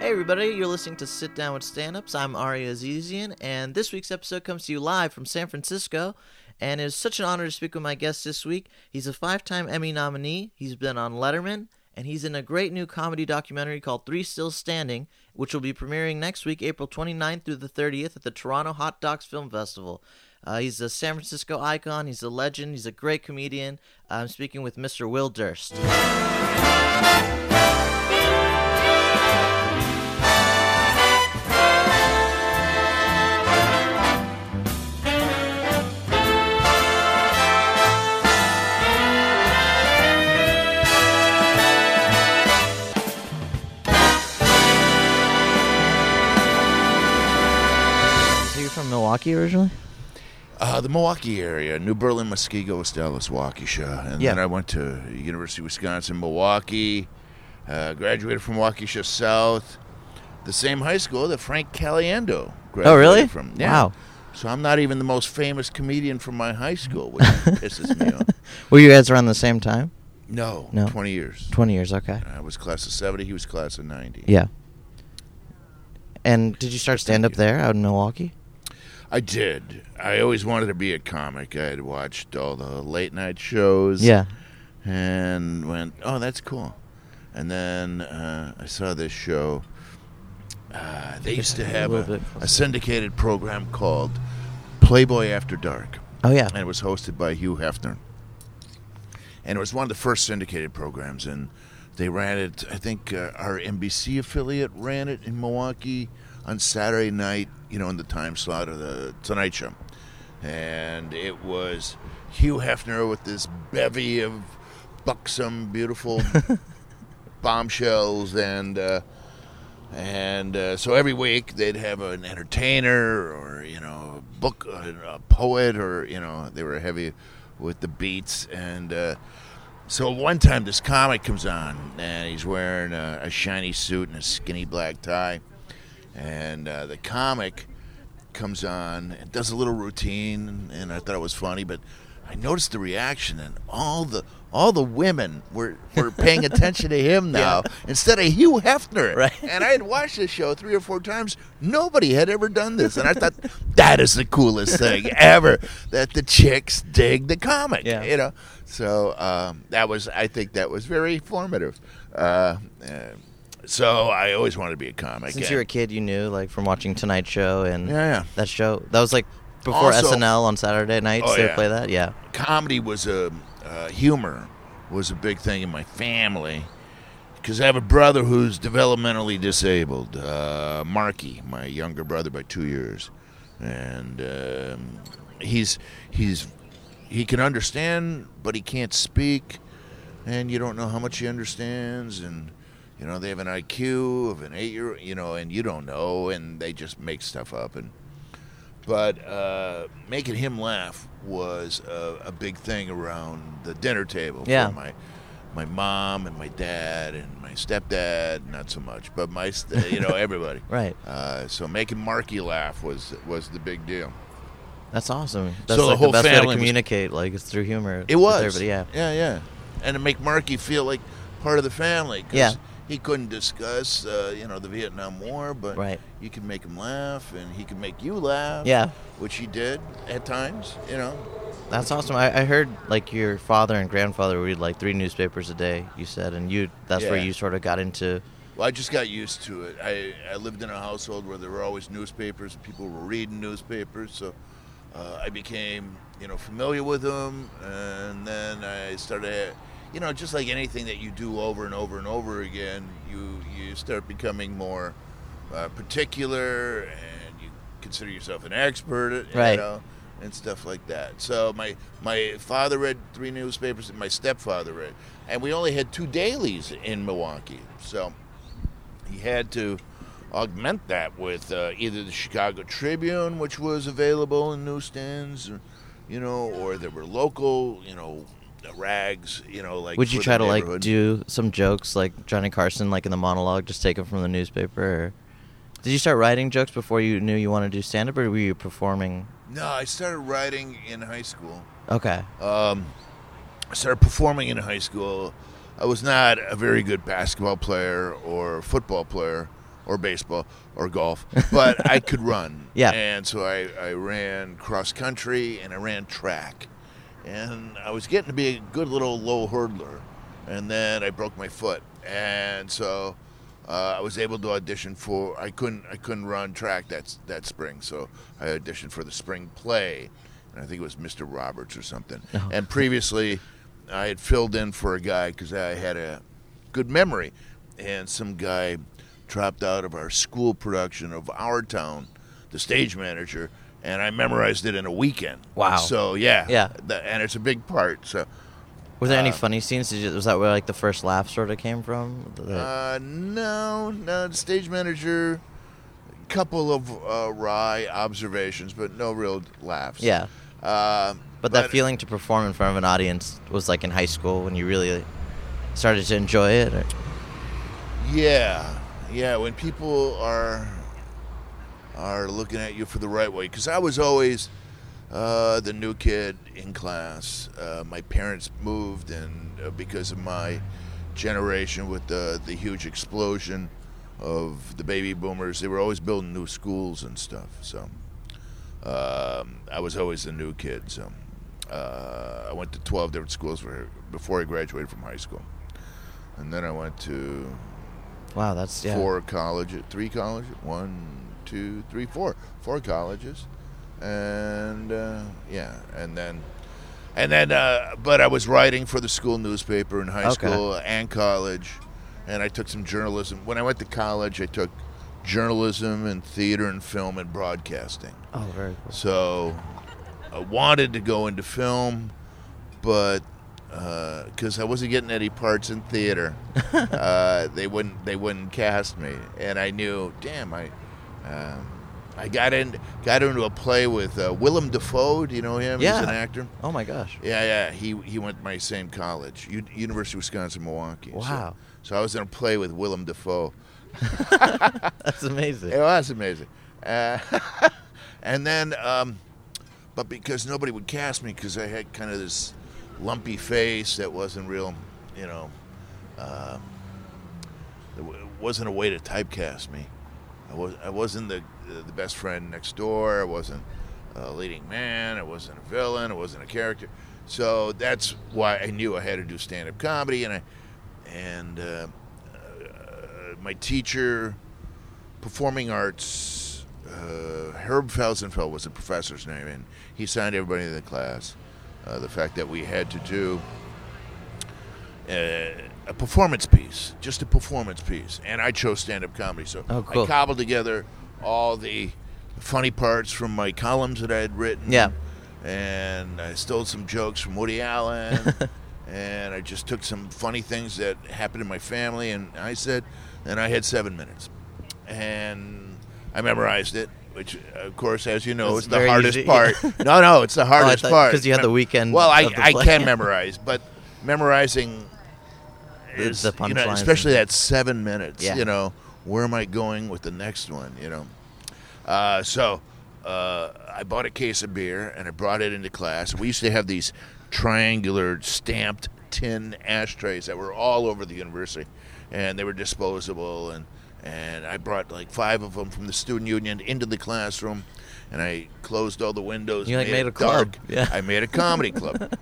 Hey everybody, you're listening to Sit Down with Stand-Ups. I'm Ari Azizian, and this week's episode comes to you live from San Francisco. And it's such an honor to speak with my guest this week. He's a five-time Emmy nominee. He's been on Letterman, and he's in a great new comedy documentary called Three Still Standing, which will be premiering next week, April 29th through the 30th at the Toronto Hot Docs Film Festival. Uh, he's a San Francisco icon. He's a legend. He's a great comedian. I'm speaking with Mr. Will Durst. So you're from Milwaukee originally? Uh, the Milwaukee area, New Berlin, Muskego, Estales, Waukesha, and Yeah. then I went to University of Wisconsin, Milwaukee. Uh, graduated from Waukesha South, the same high school that Frank Caliendo graduated Oh, really? from. Yeah. Wow. So I'm not even the most famous comedian from my high school, which pisses me off. Were you guys around the same time? No, No. 20 years. 20 years, okay. I was class of 70, he was class of 90. Yeah. And did you start stand up there out in Milwaukee? I did. I always wanted to be a comic. I had watched all the late night shows. Yeah. and went, "Oh, that's cool." And then uh, I saw this show. Uh, they used to have A little a, bit closer. a syndicated program called Playboy After Dark, Oh, yeah. and it was hosted by Hugh Hefner. And it was one of the first syndicated programs, and they ran it. I think uh, our NBC affiliate ran it in Milwaukee on Saturday night. You know, in the time slot of the Tonight Show, and it was Hugh Hefner with this bevy of buxom, beautiful bombshells, and uh, and uh, so every week they'd have an entertainer or you know a book, uh, a, a poet, or you know they were heavy with the beats. And uh, so one time this comic comes on and he's wearing a, a shiny suit and a skinny black tie, and uh, the comic comes on and does a little routine, and I thought it was funny, but. I noticed the reaction, and all the all the women were, were paying attention to him now instead of Hugh Hefner Right. and I had watched this show three or four times. Nobody had ever done this, and I thought that is the coolest thing ever that the chicks dig the comic. Yeah. You know, so um, that was I think that was very formative. Uh, uh, so I always wanted to be a comic. Since and- you were a kid, you knew, like, from watching Tonight Show and yeah, yeah. that show. That was, like, before Also- SNL on Saturday nights. Oh, they would yeah. play that? Yeah. comedy was a uh, humor was a big thing in my family because I have a brother who's developmentally disabled, uh, Marky, my younger brother by two years, and um, he's he's he can understand but he can't speak, and you don't know how much he understands and. You know they have an IQ of an eight-year, you know, and you don't know, and they just make stuff up. And but uh, making him laugh was a, a big thing around the dinner table Yeah. for my my mom and my dad and my stepdad not so much but my st- you know everybody Right. uh, so making Marky laugh was was the big deal That's awesome. That's, the like, whole the best way to family was- communicate, like, it's through humor. it with was Everybody. Yeah. yeah yeah and to make Marky feel like part of the family 'cause Yeah. he couldn't discuss uh, you know the Vietnam War but Right. you could make him laugh and he could make you laugh Yeah. which he did at times you know That's awesome. I, I heard like your father and grandfather read like three newspapers a day. You said, and you—that's where Yeah. you sort of got into. Well, I just got used to it. I, I lived in a household where there were always newspapers. People were reading newspapers, so uh, I became you know familiar with them, and then I started, you know, just like anything that you do over and over and over again, you you start becoming more uh, particular, and you consider yourself an expert, you Right. know, and stuff like that. So my my father read three newspapers, and my stepfather read, and we only had two dailies in Milwaukee, so he had to augment that with uh, either the Chicago Tribune, which was available in newsstands, or, you know, or there were local, you know, rags, you know, like. Would you for try the to like neighborhood. do some jokes like Johnny Carson, like in the monologue, just take them from the newspaper? Or... Did you start writing jokes before you knew you wanted to do stand up, or were you performing? No, I started writing in high school. Okay, Um, I started performing in high school. I was not a very good basketball player or football player or baseball or golf, but I could run. Yeah. And so I, I ran cross country and I ran track. And I was getting to be a good little low hurdler. And then I broke my foot. And so uh, I was able to audition for I couldn't I couldn't run track that's that spring, so I auditioned for the spring play. And I think it was Mr. Roberts or something. And previously I had filled in for a guy because I had a good memory. And some guy dropped out of our school production of Our Town, the stage manager, and I memorized it in a weekend. Wow. So, Oh, yeah. Yeah. Th- and it's a big part. So, Were Uh, there any funny scenes? Did you, was that where like the first laugh sort of came from? The- the- uh, no, no, the stage manager, couple of uh, wry observations, but no real laughs. yeah, Uh, but, that feeling to perform in front of an audience was like in high school when you really started to enjoy it. Or, Yeah, yeah. When people are are looking at you for the right way, because I was always uh, the new kid in class. Uh, my parents moved, and uh, because of my generation with the the huge explosion of the baby boomers, they were always building new schools and stuff. So um, I was always the new kid. So uh, I went to twelve different schools for, before I graduated from high school. And then I went to wow, that's yeah. four colleges, three colleges, one, two, three, four, four colleges, and uh, yeah, and then, and then, uh, but I was writing for the school newspaper in high Okay. school and college, and I took some journalism. When I went to college, I took journalism and theater and film and broadcasting. Oh, very cool. So I wanted to go into film, but because I wasn't getting any parts in theater, uh, they wouldn't they wouldn't cast me, and I knew, damn, I. Um, I got in, got into a play with uh, Willem Dafoe. Do you know him? Yeah. He's an actor. Oh my gosh. Yeah, yeah. He he went to my same college, U- University of Wisconsin Milwaukee. So- Wow. So, I was in a play with Willem Dafoe. That's amazing. It was amazing. Uh, and then, um, but because nobody would cast me because I had kind of this lumpy face that wasn't real, you know, um, there w- wasn't a way to typecast me. I, was, I wasn't the, the best friend next door. I wasn't a leading man. I wasn't a villain. I wasn't a character. So that's why I knew I had to do stand up comedy. And I, and uh, uh, my teacher, performing arts. Uh, Herb Felsenfeld was the professor's name, and he signed everybody in the class. Uh, the fact that we had to do uh, a performance piece, just a performance piece, and I chose stand-up comedy. So Oh, cool. I cobbled together all the funny parts from my columns that I had written. Yeah. and I stole some jokes from Woody Allen, and I just took some funny things that happened in my family, and I said, and I had seven minutes and I memorized it, which, of course, as you know, That's is the very hardest easy. Oh, part. No, no, it's the hardest thought- part 'cause you had the weekend Well, I, of the I play. can memorize, but memorizing The- is the you know, punchlines especially and- that seven minutes. Yeah. You know, where am I going with the next one? You know, uh, so uh, I bought a case of beer and I brought it into class. We used to have these triangular stamped tin ashtrays that were all over the university, and they were disposable. and And I brought like five of them from the student union into the classroom, and I closed all the windows. You, like, and made it a club. dark. Yeah. I made a comedy club.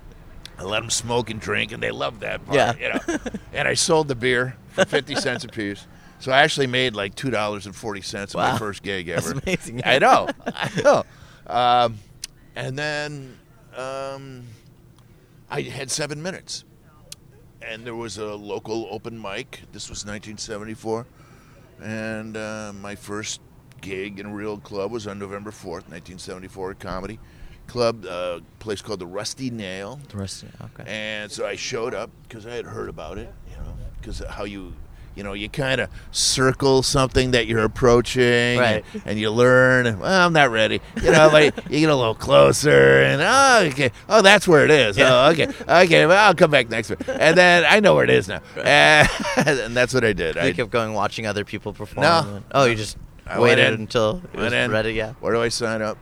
I let them smoke and drink, and they loved that part. Yeah. You know? and I sold the beer for 50 cents a piece. So I actually made like $2.40 in Wow. my first gig ever. amazing. I know. I know. Um, and then um, I had seven minutes. And there was a local open mic. This was 1974. And uh, my first gig in a real club was on November 4th, 1974, at Comedy Club, a place called the Rusty Nail. The rest- okay. And so I showed up because I had heard about it, you know, because how you, you know, you kind of circle something that you're approaching, Right. And, and you learn. and, Well, I'm not ready, you know. like you get a little closer, and oh, okay, oh, that's where it is. Yeah. Oh, okay, okay, well, I'll come back next week, and then I know where it is now, and, and that's what I did. You I kept going watching other people perform. No. and- Oh, you just I went waited in. until it was Went in. ready. Yeah. Where do I sign up?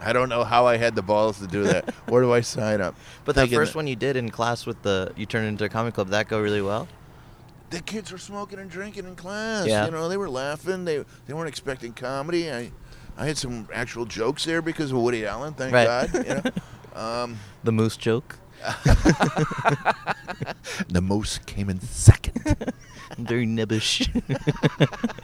I don't know how I had the balls to do that. Where do I sign up? But that Thinking first one you did in class with the you turned into a comic club that go really well. the kids were smoking and drinking in class. Yeah. You know, they were laughing. They they weren't expecting comedy. I I had some actual jokes there because of Woody Allen. Thank Right. God. You know? um, The moose joke. the moose came in second. Very nibbish.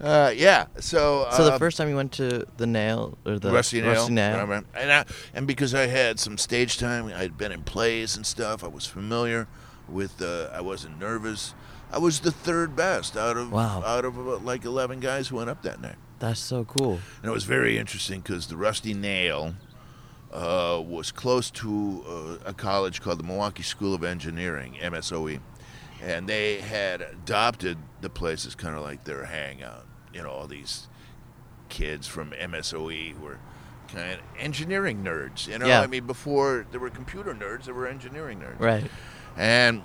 uh, yeah. So so the uh, first time you went to the nail or the Rusty Nail. Rusty Nail. Right, right. And, I, and because I had some stage time, I'd been in plays and stuff. I was familiar with. Uh, I wasn't nervous. I was the third best out of Wow. out of about, like eleven guys who went up that night. That's so cool. And it was very interesting because the Rusty Nail uh, was close to uh, a college called the Milwaukee School of Engineering (MSOE), E. and they had adopted the place as kind of like their hangout. You know, all these kids from MSOE E who were kind of engineering nerds. You know, Yeah. I mean, before there were computer nerds, there were engineering nerds. Right. And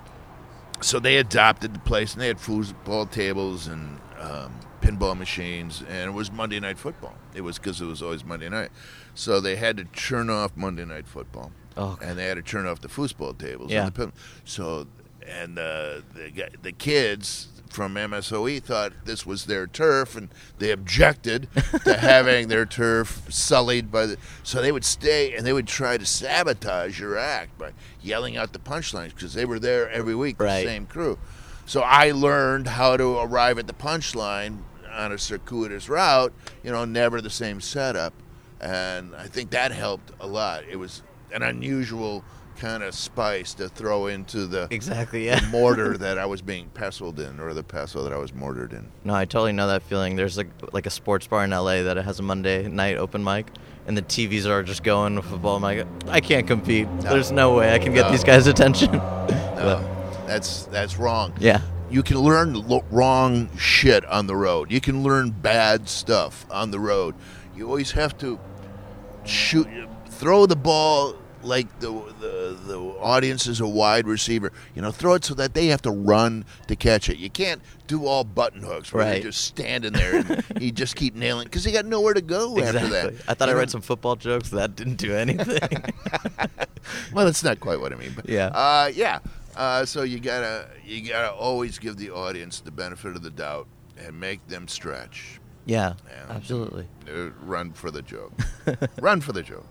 so they adopted the place, and they had foosball tables and um, pinball machines, and it was Monday night football. It was because it was always Monday night, so they had to churn off Monday night football, Oh, and they had to churn off the foosball tables. Yeah. And the pin- so, and uh, the guy- the kids from MSOE E thought this was their turf, and they objected to having their turf sullied by the. So they would stay, and they would try to sabotage your act by yelling out the punchlines because they were there every week, Right. the same crew. So I learned how to arrive at the punchline on a circuitous route. You know, never the same setup, and I think that helped a lot. It was an unusual kind of spice to throw into the exactly. the Yeah. mortar that I was being pestled in, or the pestle that I was mortared in. No, I totally know that feeling. There's like like a sports bar in LA that has a Monday night open mic, and the TVs are just going with football. I'm like, I can't compete. There's no way I can get No. these guys' attention. No, that's that's wrong. yeah. You can learn lo- wrong shit on the road. You can learn bad stuff on the road. You always have to shoot, throw the ball like the the, the audience is a wide receiver. You know, throw it so that they have to run to catch it. You can't do all button hooks where Right. you're just standing there and you just keep nailing because they got nowhere to go Exactly. after that. I thought You I know? read some football jokes that didn't do anything. well, that's not quite what I mean. But, Yeah. uh, yeah. Uh, so you gotta you gotta always give the audience the benefit of the doubt and make them stretch, yeah. Yeah. Absolutely. Uh, run for the joke, run for the joke.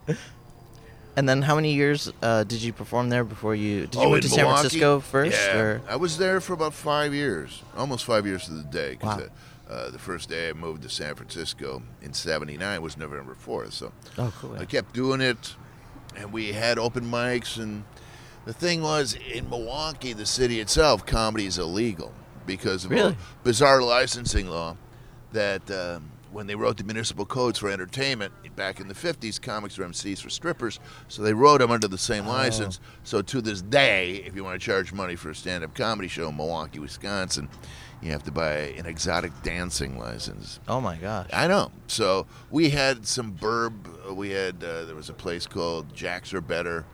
And then, how many years uh, did you perform there before you? Did you move Oh, in to San Milwaukee? Francisco first? Yeah. Or? I was there for about five years, almost five years to the day. 'cause, Wow. uh, uh, the first day I moved to San Francisco in '79 was November 4th, so Oh, cool. I kept doing it, and we had open mics. And the thing was, in Milwaukee, the city itself, comedy is illegal because of a Really? bizarre licensing law that um, when they wrote the municipal codes for entertainment back in the 50s, comics were MCs for strippers, so they wrote them under the same license. So to this day, if you want to charge money for a stand up comedy show in Milwaukee, Wisconsin, you have to buy an exotic dancing license. Oh my gosh. I know. So we had some burb. We had uh, there was a place called Jacks Are Better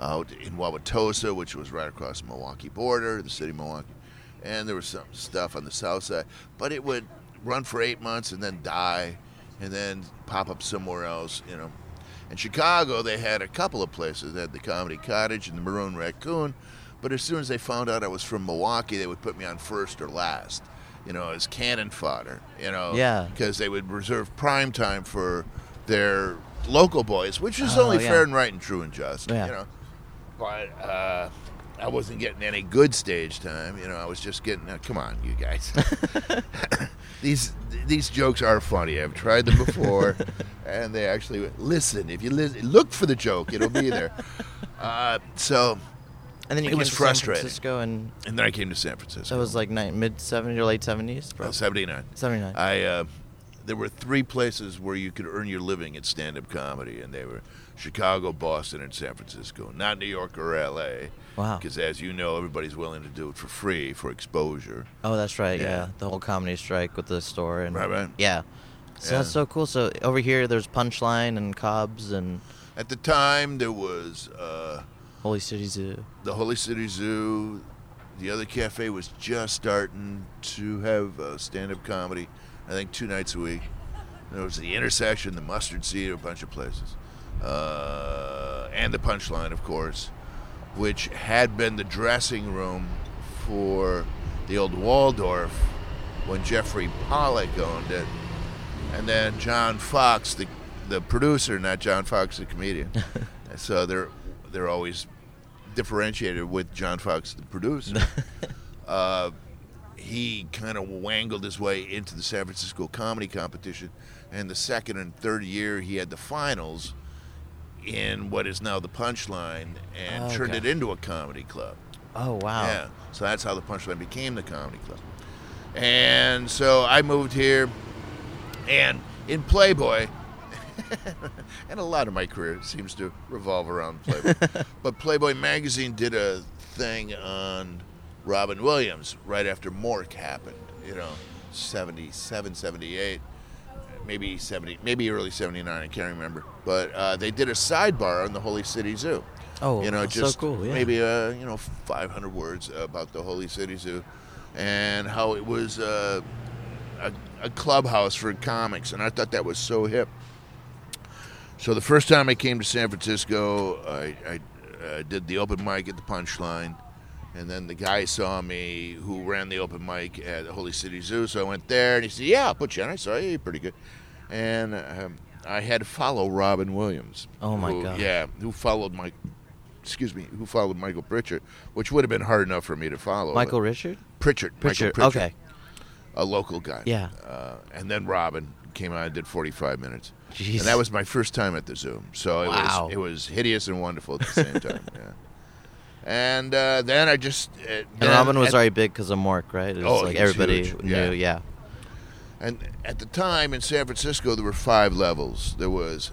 out in Wauwatosa, which was right across the Milwaukee border, the city of Milwaukee, and there was some stuff on the south side. But it would run for eight months and then die, and then pop up somewhere else. You know. In Chicago, they had a couple of places. They had the Comedy Cottage and the Maroon Raccoon. But as soon as they found out I was from Milwaukee, they would put me on first or last, you know, as cannon fodder, you know Yeah. because they would reserve prime time for their local boys, which is Oh, only yeah. fair and right and true and just. Yeah. You know, but uh, I wasn't getting any good stage time. You know, I was just getting. Uh, come on, you guys. these these jokes are funny. I've tried them before, and they actually listen. If you li- look for the joke, it'll be there. Uh, so, and then you it came was to frustrating. San Francisco, and and then I came to San Francisco. that was like ni- mid '70s or late '70s. Well, Seventy-nine. '79. I uh, there were three places where you could earn your living at stand-up comedy, and they were Chicago, Boston, and San Francisco. Not New York or L.A. Wow. Because as you know, everybody's willing to do it for free for exposure. Oh, that's right. Yeah. Yeah. the whole comedy strike with the store and Right, right. Yeah, so Yeah. that's so cool. So over here, there's Punchline and Cobb's and At the time, there was uh, Holy City Zoo. the Holy City Zoo. The other cafe was just starting to have uh, stand-up comedy. I think two nights a week. There was the intersection, the mustard seed, a bunch of places, uh, and the punchline, of course, which had been the dressing room for the old Waldorf when Jeffrey Pollock owned it, and then John Fox, the the producer, not John Fox, the comedian. so they're they're always differentiated with John Fox, the producer. uh, he kind of wangled his way into the San Francisco comedy competition, and the second and third year he had the finals in what is now the Punchline, and Oh, turned okay. it into a comedy club. Oh wow. Yeah. So that's how the Punchline became the comedy club. And so I moved here, and in Playboy, and a lot of my career seems to revolve around Playboy. but Playboy magazine did a thing on Robin Williams right after Mork happened, you know, 77, 78. Maybe 70, maybe early 79, I can't remember. But uh, they did a sidebar on the Holy City Zoo Oh, you know, that's so just cool, yeah. maybe uh, you know 500 words about the Holy City Zoo and how it was uh, a, a clubhouse for comics, and I thought that was so hip. So the first time I came to San Francisco, I, I uh, did the open mic at the Punchline, and then the guy saw me who ran the open mic at the Holy City Zoo. So I went there, and he said, "Oh, "Yeah, I'll put you on." I saw you, you're pretty good, and um, I had to follow Robin Williams. Oh, my who- God. Yeah, who followed my, excuse me, who followed Michael Pritchard, which would have been hard enough for me to follow. but- Michael Richard. Pritchard, Michael Pritchard. Pritchard Okay. a local guy. Yeah. Uh, and then Robin came on and did 45 minutes. Jeez. And that was my first time at the Zoom. So it Wow. was it was hideous and wonderful at the same time. yeah. And uh, then I just uh, And then Robin was at, already big because of Mork, right? It was Oh, like he was everybody huge, knew. yeah. Yeah. And at the time in San Francisco, there were five levels. There was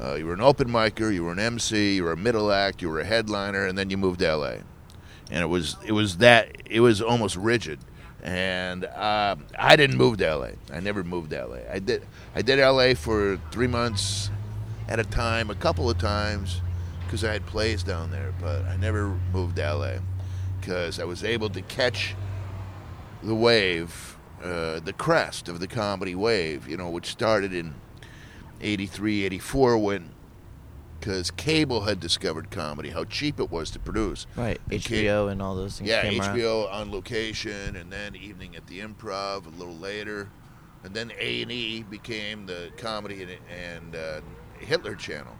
uh, you were an open micer, you were an MC, you were a middle act, you were a headliner, and then you moved to LA. And it was it was that it was almost rigid. And um, I didn't move to LA. I never moved to LA. I did I did LA for three months at a time, a couple of times, because I had plays down there. But I never moved to LA because I was able to catch the wave, uh, the crest of the comedy wave, you know, which started in 83, 84 when, because cable had discovered comedy, how cheap it was to produce. Right. And ca- HBO and all those things. yeah, came around. HBO on location, and then Evening at the Improv a little later, and then A and E became the comedy and, and uh, Hitler Channel,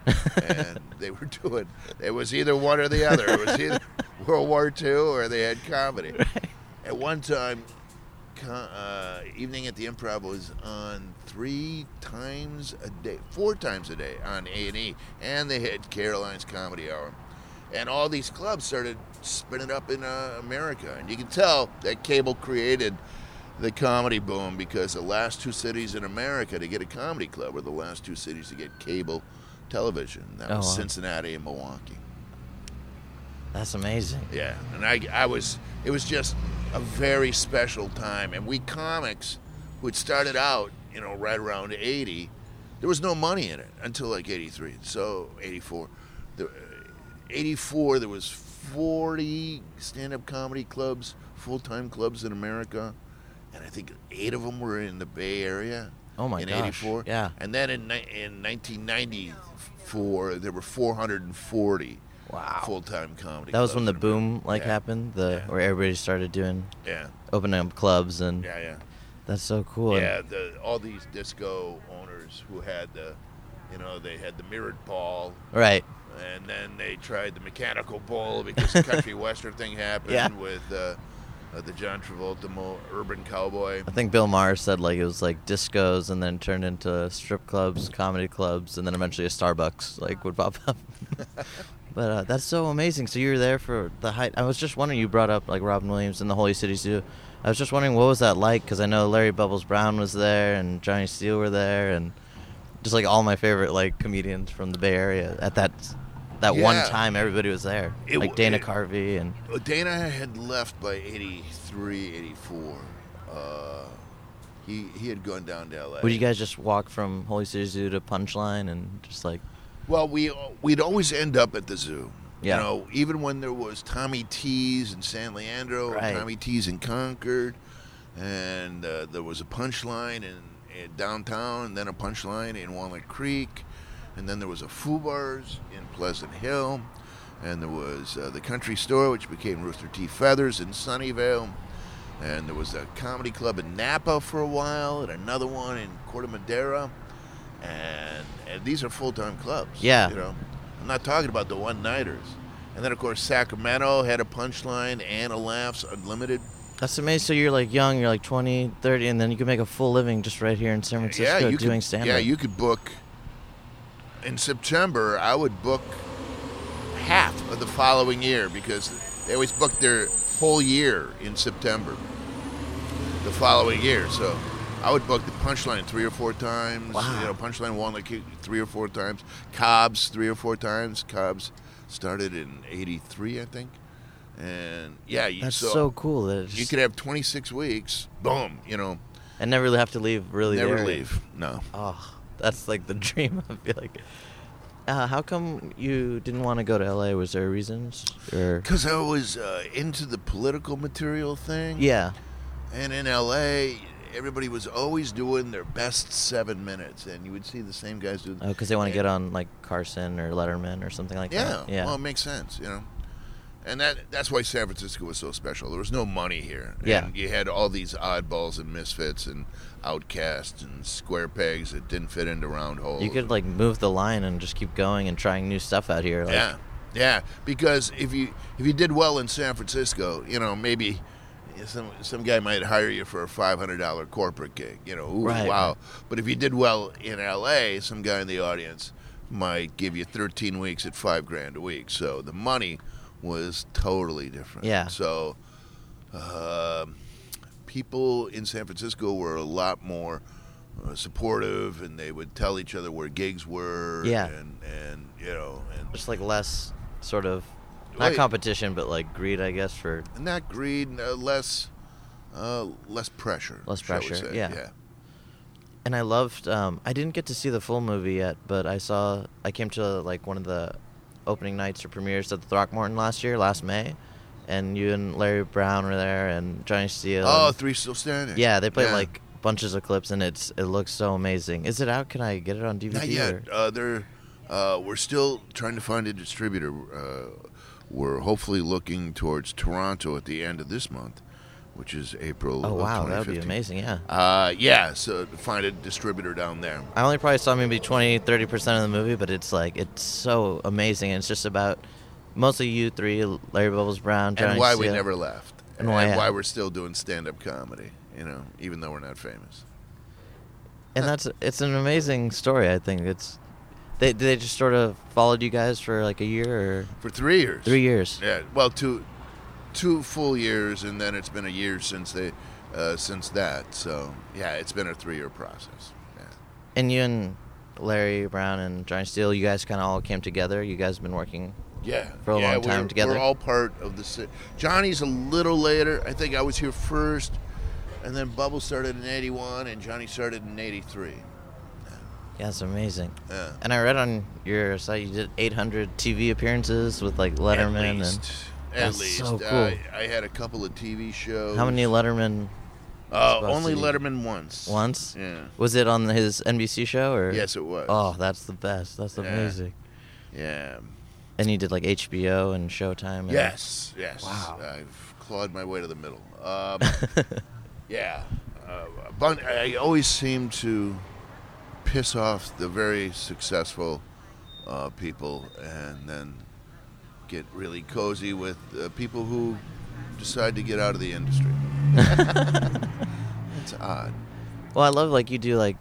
and they were doing. It was either one or the other. It was either World War II or they had comedy. At one time, co- uh, Evening at the Improv was on three times a day, four times a day on A and E, and they had Caroline's Comedy Hour, and all these clubs started spinning up in uh, America, and you can tell that cable created the comedy boom because the last two cities in America to get a comedy club were the last two cities to get cable television. That Oh, was wow. Cincinnati and Milwaukee. That's amazing. Yeah, and I, I was, it was just a very special time. And we comics, who had started out, you know, right around 80, there was no money in it until like 83, so 84. The, uh, 84, there was 40 stand-up comedy clubs, full-time clubs in America, and I think eight of them were in the Bay Area. Oh my in gosh, 84. yeah. And then in, ni- in 1994, there were 440 Wow. full-time comedy That was when clubs the in America. boom like Yeah. happened, the Yeah. where everybody started doing Yeah, opening up clubs and yeah, yeah, that's so cool. And- yeah. The, all these disco owners who had the, you know, they had the mirrored ball, Right. and then they tried the mechanical ball because the country western thing happened Yeah. with uh, uh, the John Travolta mo- urban cowboy. I think Bill Maher said like it was like discos and then turned into strip clubs, comedy clubs, and then eventually a Starbucks like would pop up. but uh, that's so amazing. So you were there for the height. I was just wondering. You brought up like Robin Williams and the Holy City Zoo. I was just wondering what was that like because I know Larry Bubbles Brown was there and Johnny Steele were there and just like all my favorite like comedians from the Bay Area at that that one Yeah. time everybody was there It like w- Dana it- Carvey and Uh, Dana had left by 83, 84. Uh, he he had gone down to L.A. would you guys just walk from Holy City Zoo to Punchline and just like Well, we we'd always end up at the zoo. Yeah. You know, even when there was Tommy T's in San Leandro, Right. and Tommy T's in Concord, and uh, there was a punchline in, in downtown, and then a punchline in Walnut Creek, and then there was a Foo Bars in Pleasant Hill, and there was uh, the Country Store, which became Rooster T Feathers in Sunnyvale, And there was a comedy club in Napa for a while, and another one in Corte Madera. And, and these are full time clubs. Yeah. You know, I'm not talking about the one nighters. And then, of course, Sacramento had a punchline and a laughs unlimited. That's amazing. So you're like young, you're like 20, 30, and then you can make a full living just right here in San Francisco yeah, you doing could, stand up. Yeah, you could book. In September, I would book half of the following year because they always book their whole year in September. The following year, so I would book the punchline three or four times. Wow. You know, punchline Walnut Creek three or four times. Cobb's three or four times. Cobb's started in '83, I think. And yeah, you, That's so, so, cool. That it's you could have 26 weeks. Boom, you know, and never really have to leave. Really, never there. leave. No. Oh, that's like the dream. I feel like. Uh, how come you didn't want to go to LA? Was there reasons? Or Because I was uh, into the political material thing. yeah, And in LA, everybody was always doing their best seven minutes. And you would see the same guys do because Oh, they want to get on like Carson or Letterman or something like Yeah. that. Yeah, Well, it makes sense, you know? And that that's why San Francisco was so special. There was no money here. Yeah. And you had all these oddballs and misfits and outcasts and square pegs that didn't fit into round holes. you could like move the line and just keep going and trying new stuff out here. Like, Yeah, yeah. Because if you if you did well in San Francisco, you know maybe some some guy might hire you for a five hundred dollar corporate gig. You know, ooh, Right. wow. But if you did well in L.A., some guy in the audience might give you thirteen weeks at five grand a week. So the money was totally different. Yeah. So. um people in San Francisco were a lot more uh, supportive, and they would tell each other where gigs were. Yeah. and and you know, and just like less sort of not Well, y- competition, but like greed, I guess. For not greed, uh, less, uh, less pressure. Less shall we pressure, say. yeah. and I loved. Um, I didn't get to see the full movie yet, but I saw. I came to like one of the opening nights or premieres at the Throckmorton last year, last May, and you and Larry Brown were there, and Johnny Steele. Oh, and- three still standing. Um, yeah, they played Yeah. like bunches of clips, and it's it looks so amazing. Is it out? Can I get it on DVD? Not or- yet. Uh, they're, uh, we're still trying to find a distributor. Uh, we're hopefully looking towards Toronto at the end of this month, which is April. Oh of wow, that would be 2015. amazing. Yeah. Uh, yeah. So to find a distributor down there. I only probably saw maybe 20, 30 percent of the movie, but it's like it's so amazing. And it's just about mostly you three, Larry Bubbles Brown, Johnny and why we Steele. never left. And why- we're still doing stand-up comedy. You know, even though we're not famous. and that's it's an amazing story. I think it's they they just sort of followed you guys for like a year or For three years. three years. Yeah, well, two two full years, and then it's been a year since they uh, since that. So yeah, it's been a three year process. Yeah. And you and Larry Brown and Johnny Steele, you guys kind of all came together. You guys have been working. Yeah, For a yeah, long time we're- together. We're all part of the. si- Johnny's a little later. I think I was here first, and then Bubble started in '81, and Johnny started in '83. Yeah, it's amazing. Yeah. And I read on your site you did 800 TV appearances with like Letterman at and least, at That's least. so cool. I, I had a couple of TV shows. how many Letterman Uh, spots only did you- Letterman once. once? Yeah. Was it on his NBC show or? Yes, it was. Oh, that's the best. That's Yeah. amazing. Yeah. And you did like HBO and Showtime. And Yes, yes. Wow. I've clawed my way to the middle. Um, yeah. Uh, a bun- I always seem to piss off the very successful uh, people and then get really cozy with uh, people who decide to get out of the industry. It's odd. Well, I love like you do like,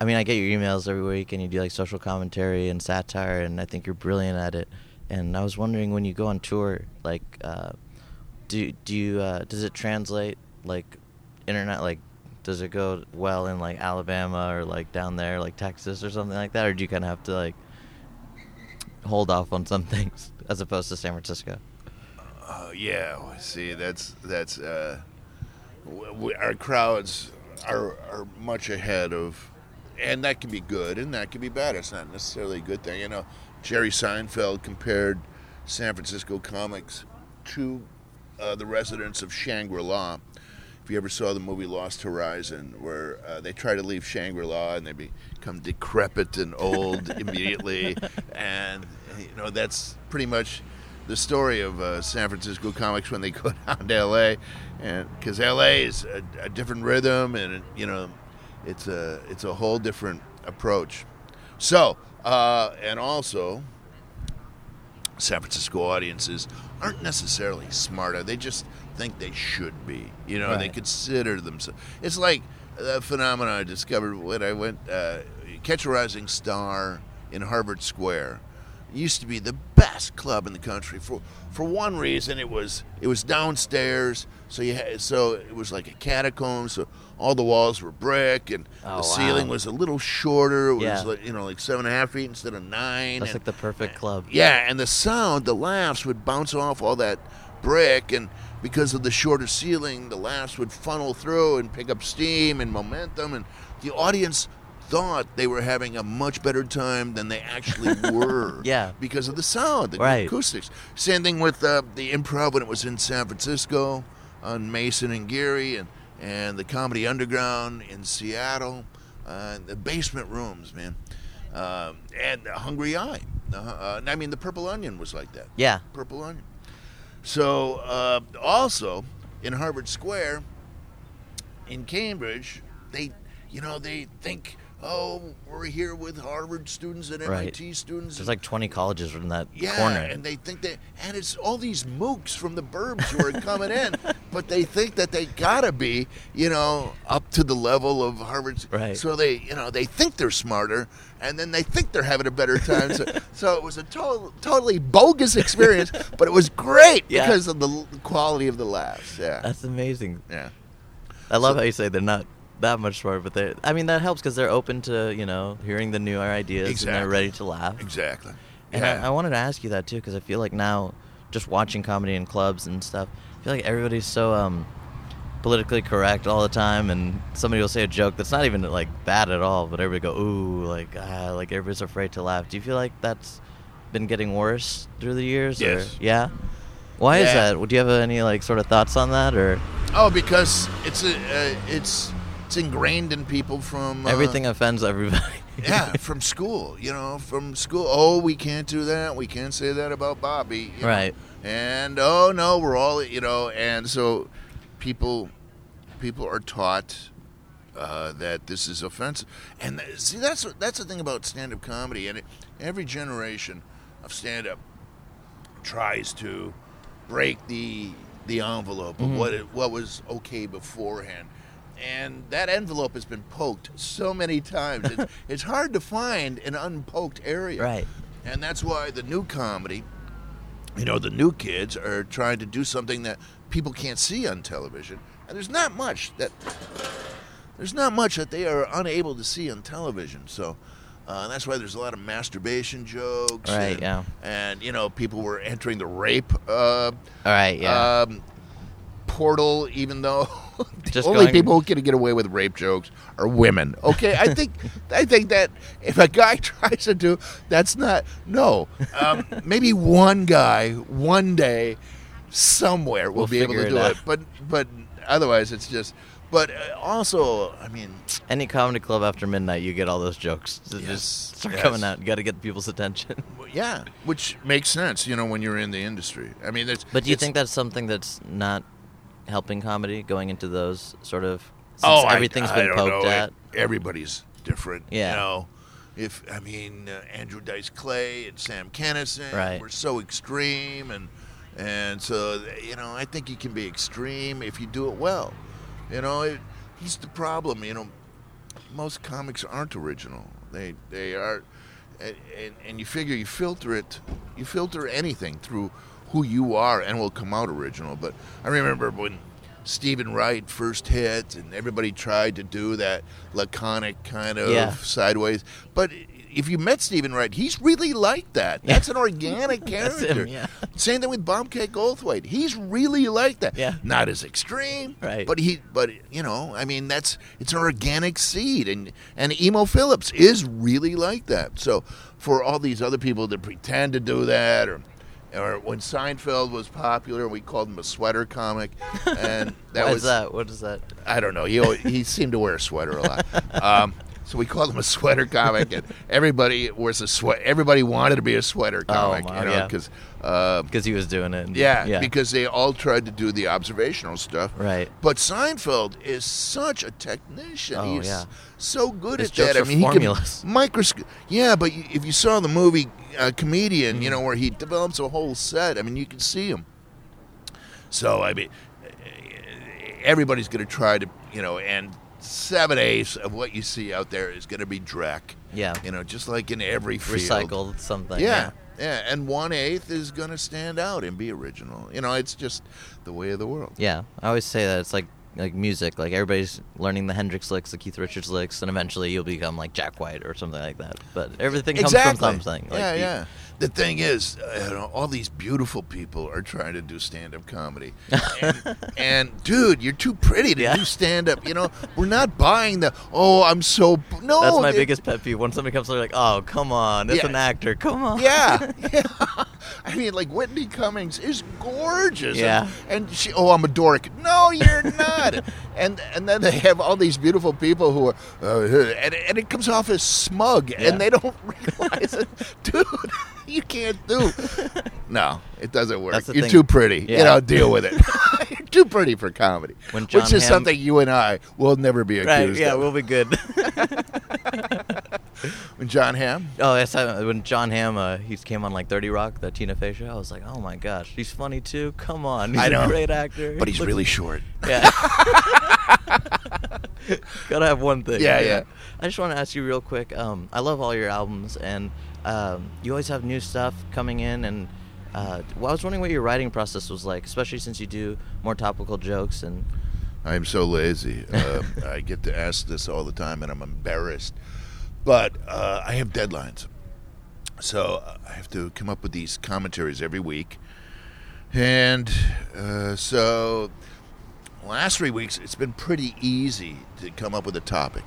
I mean, I get your emails every week, and you do like social commentary and satire, and I think you're brilliant at it. And I was wondering when you go on tour, like, uh, do do you uh, does it translate like internet like? Does it go well in like Alabama or like down there, like Texas or something like that, or do you kind of have to like hold off on some things as opposed to San Francisco? Oh yeah, well, see that's that's uh, w- w- our crowds are are much ahead of, and that can be good and that can be bad. It's not necessarily a good thing, you know. Jerry Seinfeld compared San Francisco comics to uh, the residents of Shangri La. If you ever saw the movie Lost Horizon, where uh, they try to leave Shangri La and they become decrepit and old immediately, and you know that's pretty much the story of uh, San Francisco comics when they go down to L.A. and because L.A. is a, a different rhythm and you know it's a it's a whole different approach. So uh, and also San Francisco audiences aren't necessarily smarter. They just think they should be. You know, they Right. consider themselves. It's like the phenomenon I discovered when I went uh, Catch a Rising Star in Harvard Square. It used to be the best club in the country for for one reason. It was it was downstairs, so you had, so it was like a catacomb. So all the walls were brick, and Oh, the ceiling wow. was a little shorter. It was Yeah. like, you know like seven and a half feet instead of nine. That's and- like the perfect club. yeah, and the sound, the laughs would bounce off all that brick, and because of the shorter ceiling, the laughs would funnel through and pick up steam and momentum, and the audience thought they were having a much better time than they actually were. Yeah. Because of the sound, the Right. acoustics. Same thing with uh, the improv when it was in San Francisco on Mason and Geary and, and the Comedy Underground in Seattle. Uh, the basement rooms, man. Um, and the Hungry Eye. Uh, uh, I mean, the Purple Onion was like that. Yeah. Purple Onion. So, uh, also in Harvard Square, in Cambridge, they, you know, they think, oh, we're here with Harvard students and Right. MIT students. There's like 20 colleges in that yeah, corner. and they think that, and it's all these mooks from the burbs who are coming in, but they think that they gotta be, you know, up to the level of Harvard. Right. So they, you know, they think they're smarter, and then they think they're having a better time. so, so it was a total, totally bogus experience, but it was great Yeah. Uh, because of the l- quality of the laughs. Yeah. That's amazing. yeah. I love how you say they're not that much smarter, but they're. I mean, that helps because they're open to you know hearing the newer ideas and Exactly. they're ready to laugh. Exactly. And yeah. I, I wanted to ask you that too because I feel like now, just watching comedy in clubs and stuff, I feel like everybody's so um, politically correct all the time, and somebody will say a joke that's not even like bad at all, but everybody go ooh like ah like everybody's afraid to laugh. Do you feel like that's been getting worse through the years? or- Yes. yeah. Why is Yeah. that? Do you have any like sort of thoughts on that or? oh, because it's a, uh, it's it's ingrained in people from uh, Everything offends everybody. yeah, from school, you know, from school. Oh, we can't do that. We can't say that about Bobby. you know. Right. And oh no, we're all you know, and so people people are taught uh, that this is offensive. And th- see, that's that's the thing about stand-up comedy, and it, every generation of stand-up tries to break the the envelope of what it, what was okay beforehand. And that envelope has been poked so many times. It's, it's hard to find an unpoked area. Right. And that's why the new comedy, you know, the new kids are trying to do something that people can't see on television. And there's not much that there's not much that they are unable to see on television. So uh, that's why there's a lot of masturbation jokes. Right, And, yeah. And you know, people were entering the rape All uh, right, yeah. um, portal, even though. The Just only going- people who can get away with rape jokes are women. Okay, I think I think that if a guy tries to do, that's not no. Um, maybe one guy one day somewhere will We'll be able figure it to do out. it, but but otherwise it's just. But uh, also, I mean, Any comedy club after midnight, you get all those jokes. They just Yes, start yes. coming out. You got to get people's attention. yeah, which makes sense, you know, when you're in the industry. I mean, there's. But do you it's- think that's something that's not helping comedy going into those sort of? Since Oh, I- everything's I been don't poked know. at. Everybody's different. Yeah. You know, if I mean uh, Andrew Dice Clay and Sam Kennison Right. were so extreme, and and so you know, I think you can be extreme if you do it well. You know, it, it's the problem. You know, most comics aren't original. They they are, and, and and you figure you filter it, you filter anything through who you are, and will come out original. But I remember when Stephen Wright first hit, and everybody tried to do that laconic kind of Yeah. sideways. But if you met Stephen Wright, he's really like that. That's an organic That's character. him, yeah. Same thing with Bombcake Goldthwait. He's really like that. Yeah. Not as extreme, Right. But he, but you know, I mean, that's it's an organic seed, and and Emo Phillips is really like that. So for all these other people that pretend to do that, or or when Seinfeld was popular, we called him a sweater comic, and that Why was is that? What is that? I don't know. He always, he seemed to wear a sweater a lot. Um, So we called him a sweater comic, and everybody was a sweat. Everybody wanted to be a sweater comic, Oh, my- you know, yeah. because because he was doing it. and- yeah, yeah, because they all tried to do the observational stuff. Right. But Seinfeld is such a technician. Oh, He's yeah. so good His at that. jokes I are mean, he formulas. can microscope. Yeah, but you, if you saw the movie uh, Comedian, Mm-hmm. you know where he develops a whole set. I mean, you can see him. So I mean, eh, everybody's going to try to, you know, and seven eighths of what you see out there is going to be dreck. Yeah. You know, just like in every field. recycled uh, something. Yeah. Yeah, and one eighth is gonna stand out and be original. You know, it's just the way of the world. Yeah, I always say that it's like like music. Like everybody's learning the Hendrix licks, the Keith Richards licks, and eventually you'll become like Jack White or something like that. But everything comes from something. Like yeah, the- yeah. The thing is, uh, you know, all these beautiful people are trying to do stand-up comedy, and, and dude, you're too pretty to Yeah. do stand-up. You know, we're not buying the oh, I'm so b-" no. That's my it- biggest pet peeve. When somebody comes, they're like, "Oh, come on, it's Oh, Yeah. an actor. Come on." Yeah, yeah. I mean, like Whitney Cummings is gorgeous. Yeah. And, and she, oh, I'm a dork. No, you're not. and and then they have all these beautiful people who are, uh, and and it comes off as smug, Yeah. and they don't realize it, dude. You can't do. No, it doesn't work. That's the You're thing. too pretty. Yeah. You know, deal with it. You're too pretty for comedy, When John which is Hamm- something you and I will never be Right, accused yeah, of. we'll be good. When John Hamm, oh, that's how- when John Hamm uh, he came on like Thirty Rock, the Tina Fey show. I was like, oh my gosh, he's funny too. Come on, he's I know. a great actor. but he's Look- really short. Yeah. Gotta have one thing. Yeah, yeah. I just want to ask you real quick. Um, I love all your albums, and um, you always have new stuff coming in. And uh, well, I was wondering what your writing process was like, especially since you do more topical jokes. And I'm so lazy. Uh, I get to ask this all the time, and I'm embarrassed. But uh, I have deadlines, so I have to come up with these commentaries every week. And uh, so, last three weeks, it's been pretty easy to come up with a topic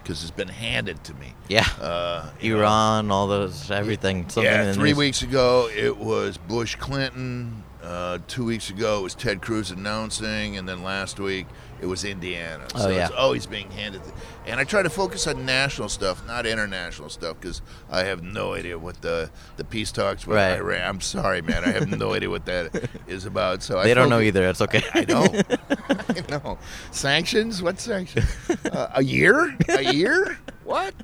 because it's been handed to me. yeah, Uh, Iran, all those, everything. Something in yeah, the three news. weeks ago it was Bush Clinton. Uh, two weeks ago it was Ted Cruz announcing, and then last week it was Indiana. Oh, so yeah. it's always being handed. and I try to focus on national stuff, not international stuff, because I have no idea what the the peace talks with Right. Iran. I'm sorry, man, I have no idea what that is about. So They I don't know focus- either. It's okay. I know. I know. Sanctions? What sanctions? Uh, a year? A year? What?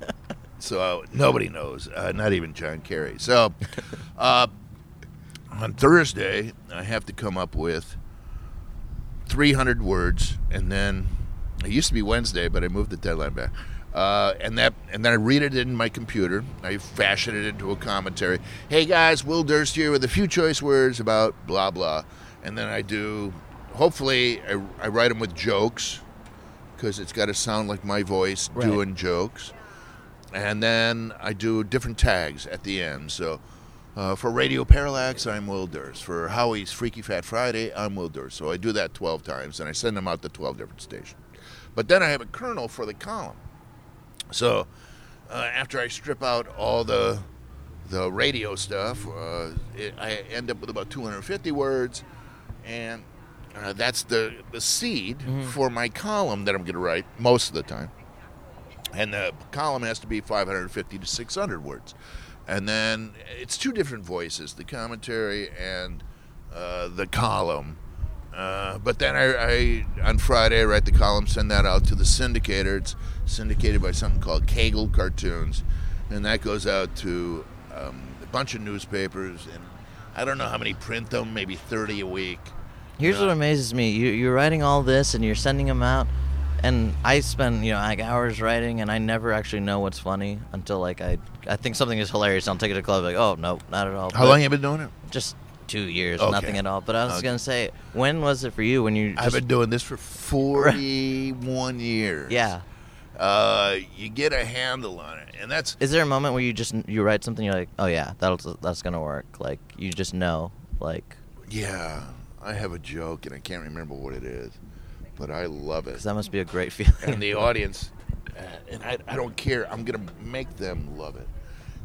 So uh, nobody knows, uh, not even John Kerry. So uh, on Thursday, I have to come up with 300 words, and then it used to be Wednesday, but I moved the deadline back. Uh, and that, and then I read it in my computer. I fashion it into a commentary. Hey guys, Will Durst here with a few choice words about blah blah. And then I do. Hopefully, I, I write them with jokes because it's got to sound like my voice Right. doing jokes. And then I do different tags at the end. So uh, for Radio Parallax, I'm Will Durst. For Howie's Freaky Fat Friday, I'm Will Durst. So I do that 12 times and I send them out to 12 different stations. But then I have a kernel for the column. So uh, after I strip out all the the radio stuff, uh, it, I end up with about 250 words, and uh, that's the the seed for my column that I'm going to write most of the time. And the column has to be 550 to 600 words, and then it's two different voices: the commentary and uh, the column. Uh, but then I, I on Friday I write the column, send that out to the syndicator. It's syndicated by something called Kegel Cartoons, and that goes out to um, a bunch of newspapers. And I don't know how many print them, maybe thirty a week. Here's what amazes me: you, you're writing all this and you're sending them out, and I spend you know like hours writing, and I never actually know what's funny until like I I think something is hilarious. And I'll take it to the club, like oh no, not at all. How But long you been doing it? Just two years, Okay. nothing at all. But I was Okay. gonna say, when was it for you when you? I've just- been doing this for forty-one years. yeah. Uh, you get a handle on it, and that's Is there a moment where you just you write something you're like, oh yeah, that'll that's gonna work? Like you just know, like yeah. I have a joke, and I can't remember what it is, but I love it. 'cause that must be a great feeling. and the audience, uh, and I, I don't care. I'm gonna make them love it.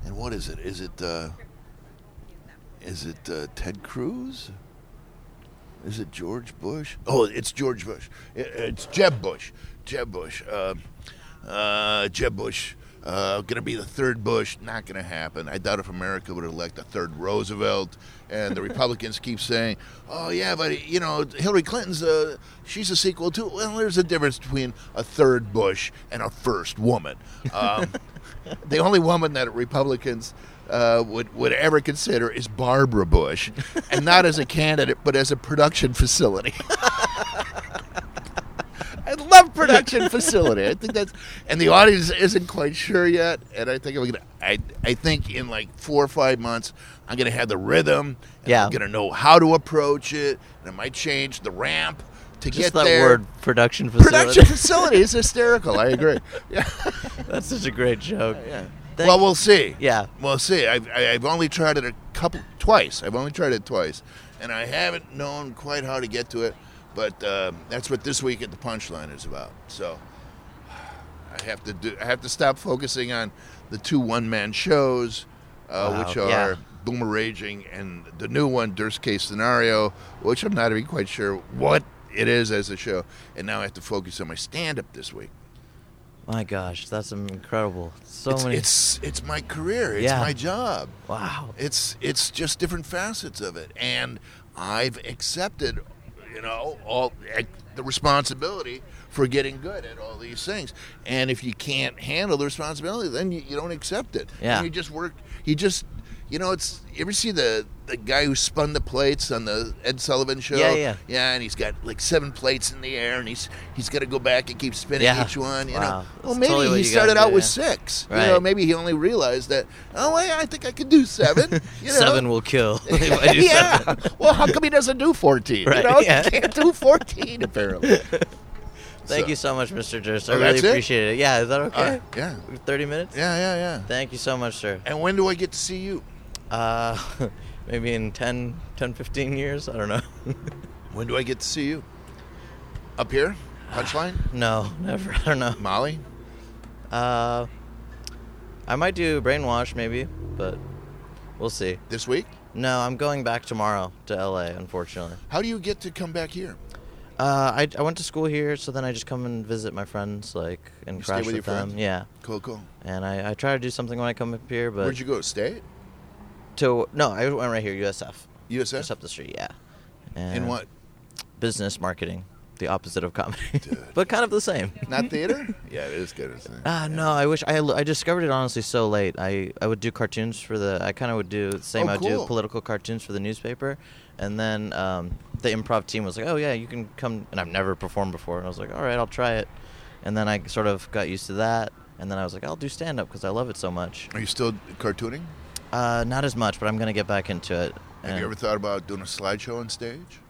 And what is it? Is it uh, is it uh, Ted Cruz? Is it George Bush? Oh, it's George Bush. I- It's Jeb Bush. Jeb Bush. Uh, Uh, Jeb Bush, uh, going to be the third Bush. Not going to happen. I doubt if America would elect a third Roosevelt. And the Republicans keep saying, "Oh yeah, but you know Hillary Clinton's a she's a sequel to." Well, there's a difference between a third Bush and a first woman. Um, the only woman that Republicans uh, would would ever consider is Barbara Bush, and not as a candidate, but as a production facility. I love production facility. I think that's, and the audience isn't quite sure yet. And I think I'm gonna, I, I think in like four or five months, I'm gonna have the rhythm. And Yeah. I'm gonna know how to approach it, and I might change the ramp to Just get that there. word production facility. Production facility is hysterical. I agree. Yeah. That's such a great joke. yeah. Thank- well, we'll see. yeah. We'll see. I've, I- I've only tried it a couple, twice. I've only tried it twice, and I haven't known quite how to get to it. But uh, that's what this week at the punchline is about. So I have to do. I have to stop focusing on the two one-man shows, uh, Wow, which yeah. are Boomer Raging and the new one, Durst Case Scenario, which I'm not even quite sure what it is as a show. And now I have to focus on my stand-up this week. My gosh, that's incredible. So it's, many. it's it's my career. It's Yeah. my job. wow. It's it's just different facets of it, and I've accepted, you know, all ac- the responsibility for getting good at all these things. And if you can't handle the responsibility, then you, you don't accept it. Yeah. And you just work. You just, you know, it's. You ever see the the guy who spun the plates on the Ed Sullivan show? Yeah, yeah. Yeah, and he's got like seven plates in the air, and he's he's got to go back and keep spinning Yeah. each one. You Wow. know, That's well, maybe totally what he you gotta started do, out with yeah. six. You Right. know, maybe he only realized that. Oh, yeah, I think I could do seven. You know? Seven will kill. if I do yeah. seven. Well, how come he doesn't do 14? Right, You know, yeah. he can't do 14, apparently. Thank So- you so much, Mr. Durst. I Oh, really that's it? appreciate it. Yeah, is that All okay? right, yeah. Thirty minutes. Yeah, yeah, yeah. Thank you so much, sir. And when do I get to see you? Uh, maybe in 10, 10, 15 years. I don't know. When do I get to see you? Up here? Punchline? no, never. I don't know. Molly? Uh, I might do brainwash maybe, but we'll see. This week? No, I'm going back tomorrow to LA. Unfortunately, How do you get to come back here? uh, I, I went to school here, so then I just come and visit my friends, like and You stay crash with your them. friends? Yeah, Cool, cool. and I, I try to do something when I come up here, but Where'd you go? State? to no, I went right here, USF, just USF? up the street. Yeah, and In what? business marketing, the opposite of comedy, Dude. but kind of the same. Not theater? yeah, it is good. isn't it? Ah, no, I wish I, I discovered it honestly so late. I, I would do cartoons for the, I kind of would do the same, Oh, I would do cool. political cartoons for the newspaper. And then um, the improv team was like, oh, yeah, you can come. And I've never performed before. And I was like, all right, I'll try it. And then I sort of got used to that. And then I was like, I'll do stand up because I love it so much. Are you still cartooning? Uh, not as much, but I'm going to get back into it. Have you And ever thought about doing a slideshow on stage?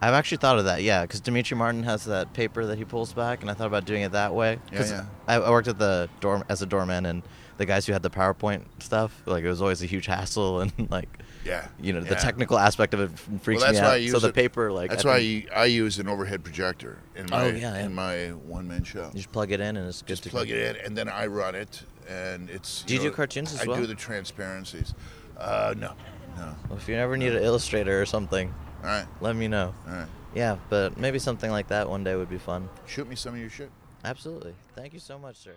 I've actually thought of that, yeah, because Dimitri Martin has that paper that he pulls back, and I thought about doing it that way. Yeah, 'Cause yeah. I, I worked at the dorm as a doorman, and the guys who had the PowerPoint stuff, like it was always a huge hassle, and like Yeah. you know the yeah. technical aspect of it f- freaks Well, me that's out. why I use so the it- paper, like That's I why think I, I use an overhead projector in my Oh, yeah, yeah. in my one man show. you just plug it in, and it's good Just to plug it in, and then I run it, and it's. Do you do cartoons as I well? do the transparencies. Uh, no, no. Well, if you ever need an illustrator or something, All right, let me know. all right. Yeah, but maybe something like that one day would be fun. Shoot me some of your shit. Absolutely. Thank you so much, sir.